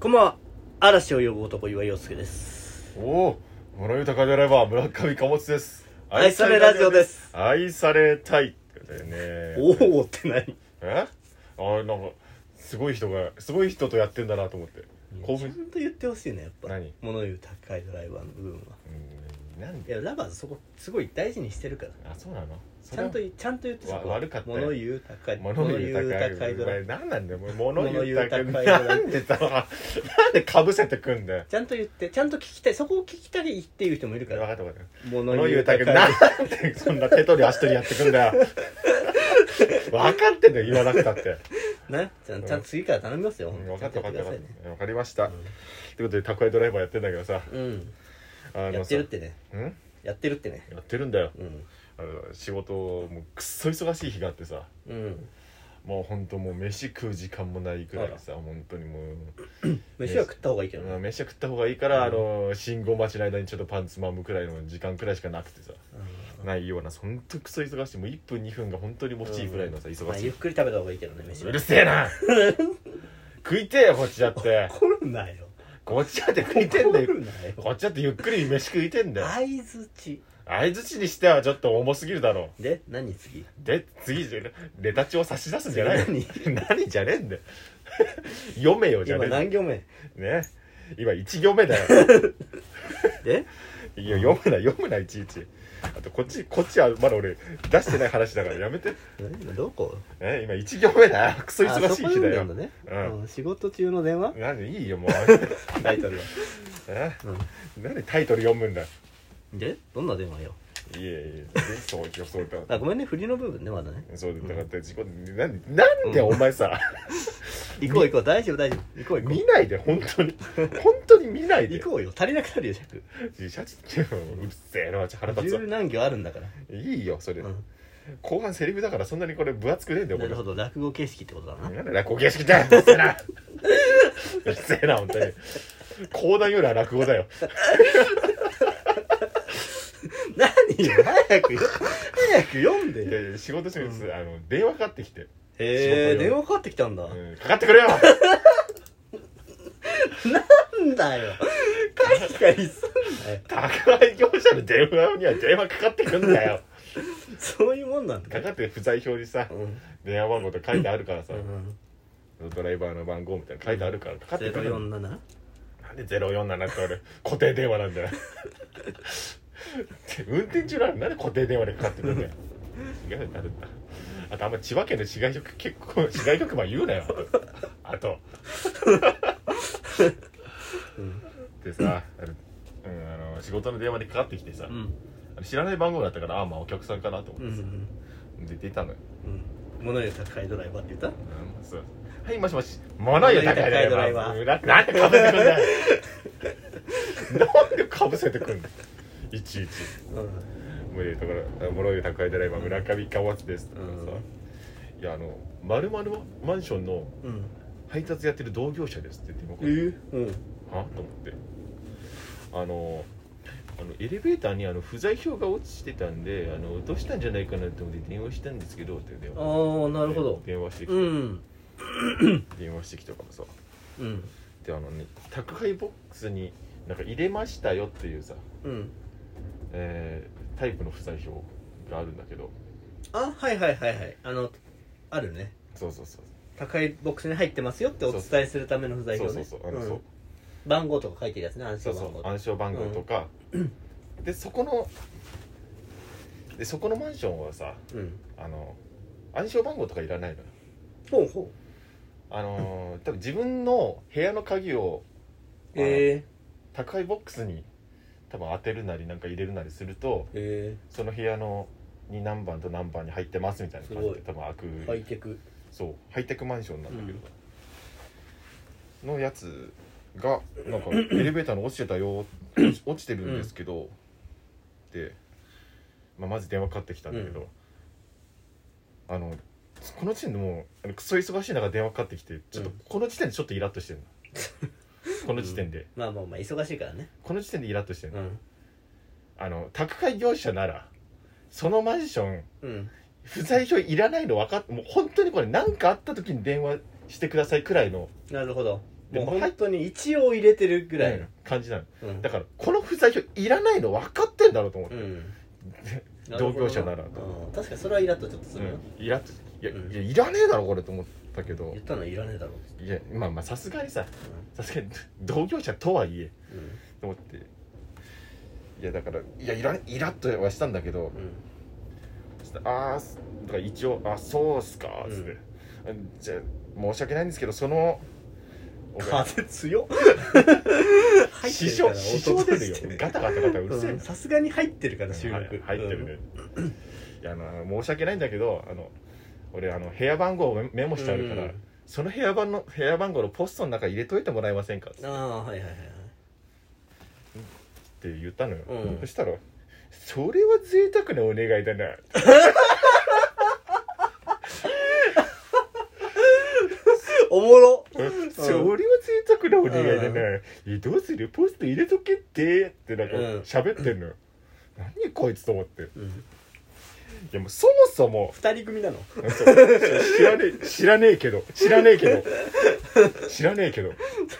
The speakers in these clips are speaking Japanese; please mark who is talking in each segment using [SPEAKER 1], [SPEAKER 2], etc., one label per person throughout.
[SPEAKER 1] こんばんは。嵐を呼ぶ男、岩井陽介です。
[SPEAKER 2] おお物豊かであれば村上貨物です
[SPEAKER 1] 愛されラジオです
[SPEAKER 2] 愛されたいってことだよね
[SPEAKER 1] おおって何
[SPEAKER 2] えあれなんかすごい人がすごい人とやってんだなと思って興
[SPEAKER 1] ちゃ
[SPEAKER 2] 奮
[SPEAKER 1] んと言ってほしいね、やっぱ。
[SPEAKER 2] 何
[SPEAKER 1] 物言う高いドライバーの部分は。
[SPEAKER 2] うんなん
[SPEAKER 1] い
[SPEAKER 2] で
[SPEAKER 1] や、ラバーズそこ、すごい大事にしてるから。
[SPEAKER 2] あそうなの
[SPEAKER 1] ちゃんと
[SPEAKER 2] 言
[SPEAKER 1] 言い、ちゃんと言ってそこ。
[SPEAKER 2] わ悪かったよ
[SPEAKER 1] 物言う高い。
[SPEAKER 2] 物言う
[SPEAKER 1] 物言う
[SPEAKER 2] 高い
[SPEAKER 1] ドライバー。
[SPEAKER 2] 何なんだよ物言う高い
[SPEAKER 1] 物言う高い
[SPEAKER 2] なんでさなんでかぶせてくんだよ
[SPEAKER 1] ちゃんと言って、ちゃんと聞きたい。そこを聞きたいっていう人もいるか
[SPEAKER 2] 分
[SPEAKER 1] ら。
[SPEAKER 2] かった分かった
[SPEAKER 1] 物
[SPEAKER 2] 物言うたけどな
[SPEAKER 1] 高
[SPEAKER 2] ん
[SPEAKER 1] い。
[SPEAKER 2] でそんな手取り足取りやってくんだ よ分かってんだよ言わなくたって
[SPEAKER 1] な、ちゃんちゃんと次から頼みますよ。
[SPEAKER 2] 分かった分かった
[SPEAKER 1] ちゃん
[SPEAKER 2] 分
[SPEAKER 1] とやくだ
[SPEAKER 2] かって
[SPEAKER 1] さいね
[SPEAKER 2] た分かりました、ってことでたこ焼きドライバーやってんだけどさ
[SPEAKER 1] うん。
[SPEAKER 2] あ
[SPEAKER 1] やってるってね。
[SPEAKER 2] さん
[SPEAKER 1] やってるってね。
[SPEAKER 2] やってるんだよ
[SPEAKER 1] うん。
[SPEAKER 2] あの仕事もうくっそ忙しい日があってさ
[SPEAKER 1] うん。
[SPEAKER 2] もうほんともう飯食う時間もないくらいさ本当にもう
[SPEAKER 1] 飯は食った方がいいけど
[SPEAKER 2] まあ
[SPEAKER 1] な。
[SPEAKER 2] 飯は食った方がいいから、あの信号待ちの間にちょっとパンつまむくらいの時間くらいしかなくてさないようなほんとくそ忙しいもう1分2分が本当に欲しいくらいのさ
[SPEAKER 1] ま
[SPEAKER 2] 忙
[SPEAKER 1] あ、
[SPEAKER 2] し
[SPEAKER 1] ゆっ
[SPEAKER 2] い、
[SPEAKER 1] くり食べた方がいいけどね、飯
[SPEAKER 2] う
[SPEAKER 1] は
[SPEAKER 2] る。せえな食いてえよこっちだって
[SPEAKER 1] 怒るなよ。
[SPEAKER 2] こっちだって食いてんだよ
[SPEAKER 1] 怒るなよ。
[SPEAKER 2] こっちだってゆっくり飯食いてんだよ
[SPEAKER 1] 相づち
[SPEAKER 2] 相づちにしてはちょっと重すぎるだろ
[SPEAKER 1] で何次
[SPEAKER 2] で次レタチを差し出すんじゃないよ
[SPEAKER 1] 何
[SPEAKER 2] 何じゃねえんだよ 読めよじゃ
[SPEAKER 1] 今
[SPEAKER 2] ねえ
[SPEAKER 1] 何行目
[SPEAKER 2] ね今1行目だ よ
[SPEAKER 1] で
[SPEAKER 2] いや読むな読むないちいちあとこっちこっちはまだ俺出してない話だからやめて、
[SPEAKER 1] 何今どこ
[SPEAKER 2] ね、今1行目だよクソ忙しい
[SPEAKER 1] あそこ
[SPEAKER 2] 日
[SPEAKER 1] 読ん
[SPEAKER 2] だ
[SPEAKER 1] で
[SPEAKER 2] よ
[SPEAKER 1] んのね、
[SPEAKER 2] うん
[SPEAKER 1] うん仕事中の電話
[SPEAKER 2] 何いい よもうえ
[SPEAKER 1] タイトルは、
[SPEAKER 2] 何タイトル読むんだよ
[SPEAKER 1] うん、でどんな電話よ
[SPEAKER 2] いえいえそうそうそう
[SPEAKER 1] あごめんね振りの部分ねまだね
[SPEAKER 2] そうだから自己なんなんでお前さ、
[SPEAKER 1] 行こう行こう大丈夫大丈夫行こう行こ
[SPEAKER 2] 見ないで本当に本当に見ないうで
[SPEAKER 1] 行こうよ足りなくなるよ尺
[SPEAKER 2] シャチってうるせえな腹立つわ
[SPEAKER 1] 十何行あるんだから、
[SPEAKER 2] いいよそれ、
[SPEAKER 1] うん、
[SPEAKER 2] 後半セリフだからそんなにこれ分厚くねえんだよ
[SPEAKER 1] な
[SPEAKER 2] こ
[SPEAKER 1] る
[SPEAKER 2] れ
[SPEAKER 1] ほど落語形式ってことだな
[SPEAKER 2] なんで落語形式だようるせえなうるせえな本当に講談よりは落語だよ
[SPEAKER 1] 何よ早く早く読んで
[SPEAKER 2] い
[SPEAKER 1] よ
[SPEAKER 2] やいや仕事中です、あの電話かかってきて、
[SPEAKER 1] へえ電話かかってきたんだ、
[SPEAKER 2] うんかかってくれよ
[SPEAKER 1] なんだ よカリカリすんなよ
[SPEAKER 2] 宅配業者の電話には電話かかってくんだよ
[SPEAKER 1] そういうもんなんだ
[SPEAKER 2] かかって不在表にさ
[SPEAKER 1] うん
[SPEAKER 2] 電話番号とか書いてあるからさ
[SPEAKER 1] う、ん
[SPEAKER 2] ドライバーの番号みたいなの書いてあるからかかってくるの
[SPEAKER 1] 047
[SPEAKER 2] なんで047って俺固定電話なんだよ運転中なのになんで固定電話でかかってくんだよ違うあるんだあとあんま千葉県の市街局結構市街局ま言うなよあとあとでさあの、うん、あの仕事の電話でかかってきてさ、
[SPEAKER 1] うん
[SPEAKER 2] あの知らない番号だったからああまあお客さんかなと思
[SPEAKER 1] う
[SPEAKER 2] ってさ、
[SPEAKER 1] ん
[SPEAKER 2] 出ていたのよ、
[SPEAKER 1] うん物よ高いドライバーって言っ
[SPEAKER 2] うんそうはいもしもし物よ高いドライバ
[SPEAKER 1] 物
[SPEAKER 2] ーななんでかぶせてくんだよなんでかぶせてくんだよいちいち
[SPEAKER 1] たうん
[SPEAKER 2] 無理ところ物よ高いドライバー村上貨物ですとかさ、いやあの「まるまるマンションの
[SPEAKER 1] うん
[SPEAKER 2] 配達やってる同業者です」って言って
[SPEAKER 1] え
[SPEAKER 2] 今から
[SPEAKER 1] うん
[SPEAKER 2] はと思ってあのあのエレベーターにあの不在票が落ちてたんであのどうしたんじゃないかなと思って電話したんですけどって電話
[SPEAKER 1] ああなるほど
[SPEAKER 2] 電話してきて、
[SPEAKER 1] うん
[SPEAKER 2] 電話してきたからさ
[SPEAKER 1] うん
[SPEAKER 2] であのね宅配ボックスになんか入れましたよっていうさ、
[SPEAKER 1] うん
[SPEAKER 2] えータイプの不在表があるんだけど
[SPEAKER 1] あはいはいはいはいあのあるね
[SPEAKER 2] そうそうそう
[SPEAKER 1] 高いボックスに入ってますよってお伝えするための不在
[SPEAKER 2] そう
[SPEAKER 1] 表
[SPEAKER 2] そう
[SPEAKER 1] ね
[SPEAKER 2] そうあの、そう
[SPEAKER 1] うん番号とか書いてるやつね暗
[SPEAKER 2] そ
[SPEAKER 1] 証
[SPEAKER 2] うそ
[SPEAKER 1] 番号
[SPEAKER 2] う暗証番号とか、でそこのでそこのマンションはさ
[SPEAKER 1] うん
[SPEAKER 2] あの暗証番号とかいらないのよ
[SPEAKER 1] ほうほう
[SPEAKER 2] あのー多分自分の部屋の鍵をあの
[SPEAKER 1] え
[SPEAKER 2] 宅配ボックスに多分当てるなりなんか入れるなりすると
[SPEAKER 1] ええ
[SPEAKER 2] その部屋のに何番と何番に入ってますみたいな感じ
[SPEAKER 1] すごい
[SPEAKER 2] で多分開
[SPEAKER 1] え
[SPEAKER 2] く
[SPEAKER 1] ハイテク
[SPEAKER 2] そうハイテクマンションなんだけど、のやつがな んかエレベーターの落ちてたよ落ち落ちてるんですけど、で、まあ、まず電話かかってきたんだけど、あのこの時点でもうあのクソ忙しい中電話かかってきてちょっと、
[SPEAKER 1] うん
[SPEAKER 2] この時点でちょっとイラッ としてるのこの時点で、
[SPEAKER 1] まあまあまあ忙しいからね
[SPEAKER 2] この時点でイラッとしてるの,、
[SPEAKER 1] うん
[SPEAKER 2] あの宅配業者ならそのマンション
[SPEAKER 1] うん
[SPEAKER 2] 不在票いらないの分かっもう本当にこれ何かあった時に電話してくださいくらいの
[SPEAKER 1] なるほどもう
[SPEAKER 2] もう入
[SPEAKER 1] 本
[SPEAKER 2] っ
[SPEAKER 1] 当に一応入れてるぐらいの、
[SPEAKER 2] 感じなの
[SPEAKER 1] うん
[SPEAKER 2] だからこの不在票いらないの分かってんだろうと思って、
[SPEAKER 1] うん
[SPEAKER 2] 同業者なら
[SPEAKER 1] るほどうん確かにそれはイラッとちょっとす
[SPEAKER 2] う
[SPEAKER 1] るな、
[SPEAKER 2] んいらっといや,、
[SPEAKER 1] うん
[SPEAKER 2] いやいらねえだろこれと思ったけど
[SPEAKER 1] 言ったのいらねえだろう
[SPEAKER 2] いやまあまあさすがにささすがに同業者とはいえ
[SPEAKER 1] う
[SPEAKER 2] と思っていやだからいやいらイラッとはしたんだけど
[SPEAKER 1] んうん
[SPEAKER 2] そしたらああだから一応「あそうっすか」っつって、あじゃあ申し訳ないんですけどそのお前
[SPEAKER 1] 風強っ入って
[SPEAKER 2] 師
[SPEAKER 1] るから
[SPEAKER 2] 匠師匠
[SPEAKER 1] 音
[SPEAKER 2] で
[SPEAKER 1] として
[SPEAKER 2] すよ
[SPEAKER 1] ね
[SPEAKER 2] ガタガタガタうるせえ
[SPEAKER 1] う
[SPEAKER 2] なん
[SPEAKER 1] さすがに入ってるから収
[SPEAKER 2] はい
[SPEAKER 1] 録
[SPEAKER 2] 入ってるね、いやあの申し訳ないんだけどあの俺あの部屋番号をメメモしてあるから、
[SPEAKER 1] うん
[SPEAKER 2] その部屋番の部屋番号のポストの中入れといてもらえませんかっ
[SPEAKER 1] ああはいはいはいはい
[SPEAKER 2] て言ったのよ、
[SPEAKER 1] うん
[SPEAKER 2] そしたら「それは贅沢なお願いだな」
[SPEAKER 1] おもろ
[SPEAKER 2] うんそれは贅沢なお願いだな、えどうするポスト入れとけってってなんか
[SPEAKER 1] うん
[SPEAKER 2] 喋ってんのよ、何こいつと思ってい
[SPEAKER 1] うん
[SPEAKER 2] やもうそもそ も
[SPEAKER 1] 二人組なの
[SPEAKER 2] そう知らねえ知らねえけど知らねえけど知らねえけど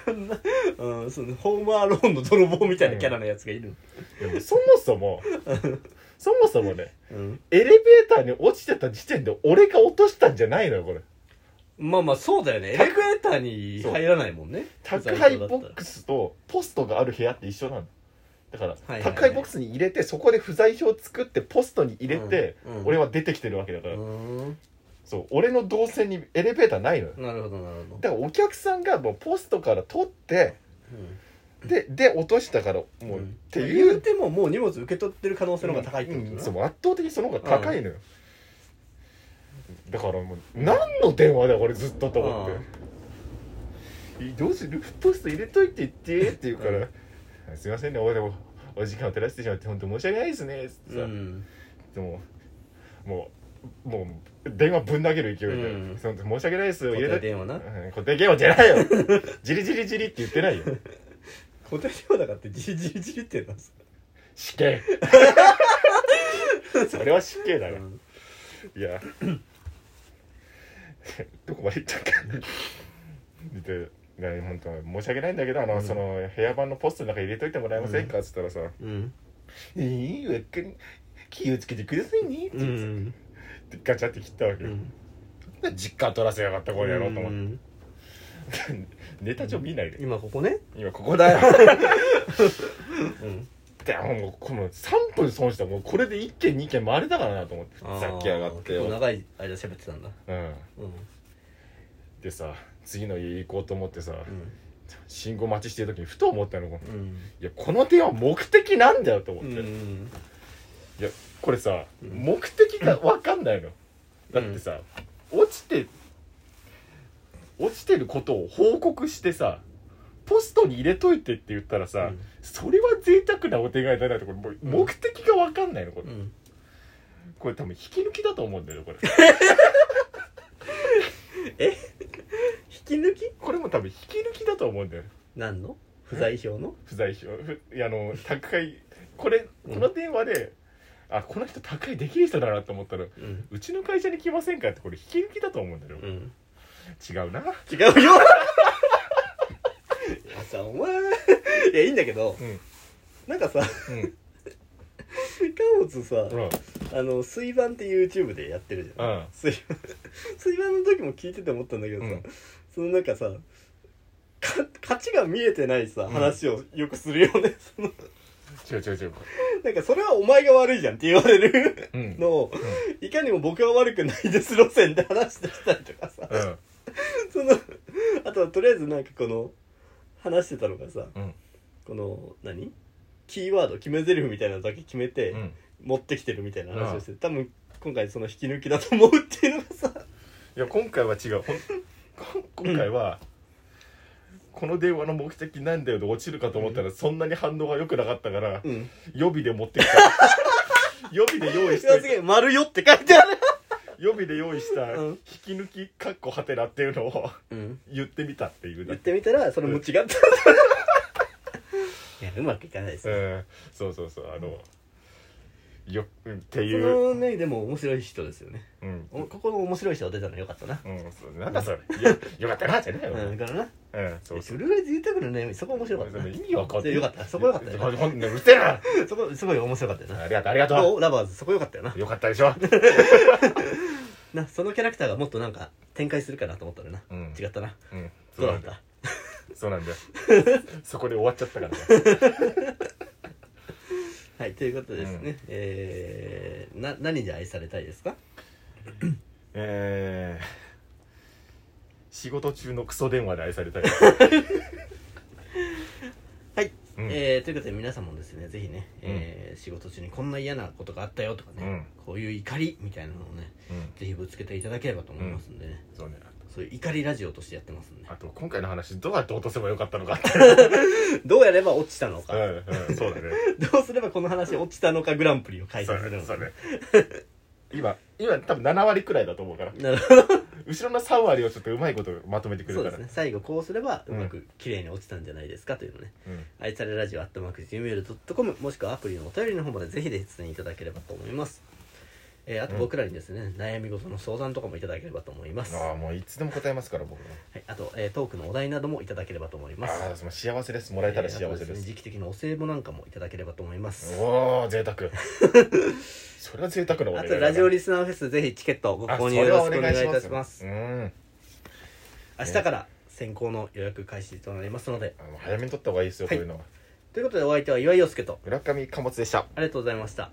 [SPEAKER 1] そんなうんそのホームアローンの泥棒みたいなキャラのやつがいる
[SPEAKER 2] でもそもそもそもそもね
[SPEAKER 1] うん
[SPEAKER 2] エレベーターに落ちてた時点で俺が落としたんじゃないのよこれ
[SPEAKER 1] まあまあそうだよねエレベーターに入らないもんね
[SPEAKER 2] 宅配ボッ
[SPEAKER 1] ス
[SPEAKER 2] クスとポストがある部屋って一緒なのだから、
[SPEAKER 1] はいはい
[SPEAKER 2] 宅配ボックスに入れてそこで不在票作ってポストに入れて、
[SPEAKER 1] うんうん
[SPEAKER 2] 俺は出てきてるわけだか
[SPEAKER 1] う
[SPEAKER 2] ら、
[SPEAKER 1] ん
[SPEAKER 2] そう俺の動線にエレベーターないのよ
[SPEAKER 1] なるほどなるほど
[SPEAKER 2] だからお客さんがもうポストから取ってでで落としたからも
[SPEAKER 1] う
[SPEAKER 2] う、
[SPEAKER 1] ん
[SPEAKER 2] ってい
[SPEAKER 1] 言う
[SPEAKER 2] う
[SPEAKER 1] てももう荷物受け取ってる可能性の方が高いってこと
[SPEAKER 2] うん
[SPEAKER 1] な
[SPEAKER 2] そう圧倒的にその方が高いのよ、だからもう何の電話だよこれずっとと思って「えどうするポスト入れといてって」って言うから「すいませんねおでもお時間を照らしてしまって本当申し訳ないですね」つってさ、
[SPEAKER 1] うん
[SPEAKER 2] でももうもう電話ぶん投げる勢いで
[SPEAKER 1] うん
[SPEAKER 2] 「その申し訳ないですよ
[SPEAKER 1] 固
[SPEAKER 2] 入れ
[SPEAKER 1] 定
[SPEAKER 2] て」
[SPEAKER 1] 電話な
[SPEAKER 2] うん固定電話じゃないよじりじりじりって言ってないよ
[SPEAKER 1] 固定電話だからってじりじりじりって言うのさ
[SPEAKER 2] 死刑それは死刑だ
[SPEAKER 1] う
[SPEAKER 2] よ、
[SPEAKER 1] ん
[SPEAKER 2] いや どこまで行ったっけでね本当申し訳ないんだけどあの、
[SPEAKER 1] うん
[SPEAKER 2] その部屋版のポストの中に入れといてもらえませんかっつったらさ「
[SPEAKER 1] うん
[SPEAKER 2] いいわかん気をつけてくださいね」って
[SPEAKER 1] う
[SPEAKER 2] 言って
[SPEAKER 1] ん
[SPEAKER 2] ガチャって切ったわけ、
[SPEAKER 1] う
[SPEAKER 2] よ
[SPEAKER 1] ん
[SPEAKER 2] で実家取らせやがったこれやろうと思って、
[SPEAKER 1] うん
[SPEAKER 2] ネタ帳見ないで
[SPEAKER 1] 今ここね
[SPEAKER 2] 今ここだよ
[SPEAKER 1] うん
[SPEAKER 2] でもうこの3分損したもうこれで1件2件回れたからなと思ってさっき上がって
[SPEAKER 1] 結構
[SPEAKER 2] よ、
[SPEAKER 1] 長い間喋ってたんだ
[SPEAKER 2] うん、
[SPEAKER 1] うんうん
[SPEAKER 2] でさ次の家行こうと思ってさ、信号待ちしてる時にふと思ったのい
[SPEAKER 1] うん
[SPEAKER 2] やこの電話目的なんだよと思
[SPEAKER 1] う
[SPEAKER 2] って、い
[SPEAKER 1] ん
[SPEAKER 2] やこれさ、
[SPEAKER 1] うん
[SPEAKER 2] 目的が分かんないのだってさ、落ちて落ちてることを報告してさポストに入れといてって言ったらさ、
[SPEAKER 1] うん
[SPEAKER 2] それは贅沢なお手いだなってこれもう目的が分かんないのこれ、
[SPEAKER 1] うん
[SPEAKER 2] これ多分引き抜きだと思うんだよねこれ
[SPEAKER 1] 引き抜き
[SPEAKER 2] これも多分引き抜きだと思うんだよね
[SPEAKER 1] 何の不在票の
[SPEAKER 2] 不在票ふいやあの宅配これ
[SPEAKER 1] うん
[SPEAKER 2] この電話で、あこの人宅配できる人だなと思ったら
[SPEAKER 1] うん
[SPEAKER 2] うちの会社に来ませんかってこれ引き抜きだと思うんだよ、
[SPEAKER 1] うん
[SPEAKER 2] 違うな
[SPEAKER 1] 違うよいやさお前いやいいんだけど
[SPEAKER 2] うん
[SPEAKER 1] なんかさ
[SPEAKER 2] うん
[SPEAKER 1] 貨物さ
[SPEAKER 2] うん
[SPEAKER 1] あの水盤って YouTube でやってるじゃん
[SPEAKER 2] うん
[SPEAKER 1] 水盤 水盤の時も聞いてて思ったんだけどさ
[SPEAKER 2] うん
[SPEAKER 1] そのなんかさか勝ちが見えてないさ
[SPEAKER 2] ん
[SPEAKER 1] 話をよくするよね その
[SPEAKER 2] 違う違う違う
[SPEAKER 1] なんかそれはお前が悪いじゃんって言われる
[SPEAKER 2] うん
[SPEAKER 1] のを、いかにも僕は悪くないです路線で話してきたりとかさ、
[SPEAKER 2] うん
[SPEAKER 1] その、あとはとりあえずなんかこの、話してたのがさ、
[SPEAKER 2] うん
[SPEAKER 1] この、何キーワード、決め台詞みたいなのだけ決めて、
[SPEAKER 2] うん
[SPEAKER 1] 持ってきてるみたいな話をして、多分今回その引き抜きだと思うっていうのがさ、
[SPEAKER 2] いや今回は違うほんこん今回は、この電話の目的なんだよで落ちるかと思ったらそんなに反応が良くなかったから、
[SPEAKER 1] うん。
[SPEAKER 2] 予備で持って きた予備で用意し
[SPEAKER 1] いや
[SPEAKER 2] て
[SPEAKER 1] すげえ、丸よって書いてある。
[SPEAKER 2] 予備で用意した
[SPEAKER 1] うん
[SPEAKER 2] 引き抜きかっこはてなっていうのを
[SPEAKER 1] うん。
[SPEAKER 2] 言ってみたっていう
[SPEAKER 1] 言っ
[SPEAKER 2] ね
[SPEAKER 1] てみたら、それも違った。い や、うまくいかないです
[SPEAKER 2] う
[SPEAKER 1] ね。
[SPEAKER 2] んそうそうそうあのよって
[SPEAKER 1] そ
[SPEAKER 2] いう、
[SPEAKER 1] のねでも面白い人ですよね
[SPEAKER 2] うん
[SPEAKER 1] おここの面白い人が出たのよかったな
[SPEAKER 2] うん、そうなんだそれよよかったなじゃねえよ、
[SPEAKER 1] うんだからな
[SPEAKER 2] うん、そう
[SPEAKER 1] それぐらい贅沢なねそこ面白かったな
[SPEAKER 2] 意味わかんない
[SPEAKER 1] よかったそこよかったよ
[SPEAKER 2] ほんほんねうるせえな
[SPEAKER 1] そこすごい面白かったよな
[SPEAKER 2] ありがとうありがと
[SPEAKER 1] どうラバーズそこよかったよな
[SPEAKER 2] うよかったでしょ、
[SPEAKER 1] なそのキャラクターがもっとなんか展開するかなと思ったらな
[SPEAKER 2] うん、
[SPEAKER 1] 違ったな
[SPEAKER 2] うん、
[SPEAKER 1] どうだっ
[SPEAKER 2] よ
[SPEAKER 1] た
[SPEAKER 2] そ うなんだよそこで終わっちゃったからね
[SPEAKER 1] はいということでですね、
[SPEAKER 2] うん
[SPEAKER 1] えー、な何で愛されたいですか
[SPEAKER 2] えー、仕事中のクソ電話で愛され たい
[SPEAKER 1] はい、
[SPEAKER 2] うん
[SPEAKER 1] えーということで皆さんもですねぜひね、えー仕事中にこんな嫌なことがあったよとかね、こういう怒りみたいなのをね
[SPEAKER 2] うん
[SPEAKER 1] ぜひぶつけていただければと思いますんでね、
[SPEAKER 2] そうね
[SPEAKER 1] そういう怒りラジオとしてやってますんで
[SPEAKER 2] あと今回の話どうやって落とせばよかった のかって
[SPEAKER 1] どうやれば落ちたのか、
[SPEAKER 2] うん、うん、そうだね
[SPEAKER 1] どうすればこの話落ちたのかグランプリを開
[SPEAKER 2] そ
[SPEAKER 1] 催
[SPEAKER 2] う
[SPEAKER 1] するの
[SPEAKER 2] ね
[SPEAKER 1] か
[SPEAKER 2] そうね今今多分7割くらいだと思うから
[SPEAKER 1] なるほど
[SPEAKER 2] 後ろの3割をちょっとうまいことまとめてくれ
[SPEAKER 1] そう
[SPEAKER 2] る
[SPEAKER 1] です
[SPEAKER 2] から
[SPEAKER 1] ね最後こうすればう
[SPEAKER 2] うん
[SPEAKER 1] まく綺麗に落ちたんじゃないですかというのね
[SPEAKER 2] うん
[SPEAKER 1] 愛されラジオアットマーク Gmail.com もしくはアプリのお便りの方までぜひ出演いただければと思います、えーあと僕らにですね、悩み事の相談とかもいただければと思います、
[SPEAKER 2] あ
[SPEAKER 1] は
[SPEAKER 2] あもういつでも答えますから僕も
[SPEAKER 1] い、あと、えートークのお題などもいただければと思い
[SPEAKER 2] あ
[SPEAKER 1] ます
[SPEAKER 2] あーその幸せですもらえたら幸
[SPEAKER 1] えーあと
[SPEAKER 2] せ
[SPEAKER 1] で
[SPEAKER 2] です
[SPEAKER 1] ね
[SPEAKER 2] す、
[SPEAKER 1] 時期的なお歳暮なんかもいただければと思います
[SPEAKER 2] おお 贅沢それは贅沢なお
[SPEAKER 1] あ
[SPEAKER 2] 願い
[SPEAKER 1] と
[SPEAKER 2] だな
[SPEAKER 1] ラジオリスナーフェスぜひチケットご
[SPEAKER 2] あ
[SPEAKER 1] 購入
[SPEAKER 2] そ
[SPEAKER 1] よ
[SPEAKER 2] れは
[SPEAKER 1] ろしくお願いいたします
[SPEAKER 2] うん
[SPEAKER 1] 明日から先行の予約開始となりますので
[SPEAKER 2] あの早めに取った方がいいですよ、
[SPEAKER 1] はい
[SPEAKER 2] こういうのは
[SPEAKER 1] ということでお相手は岩井陽介と
[SPEAKER 2] 村上貨物でした
[SPEAKER 1] ありがとうございました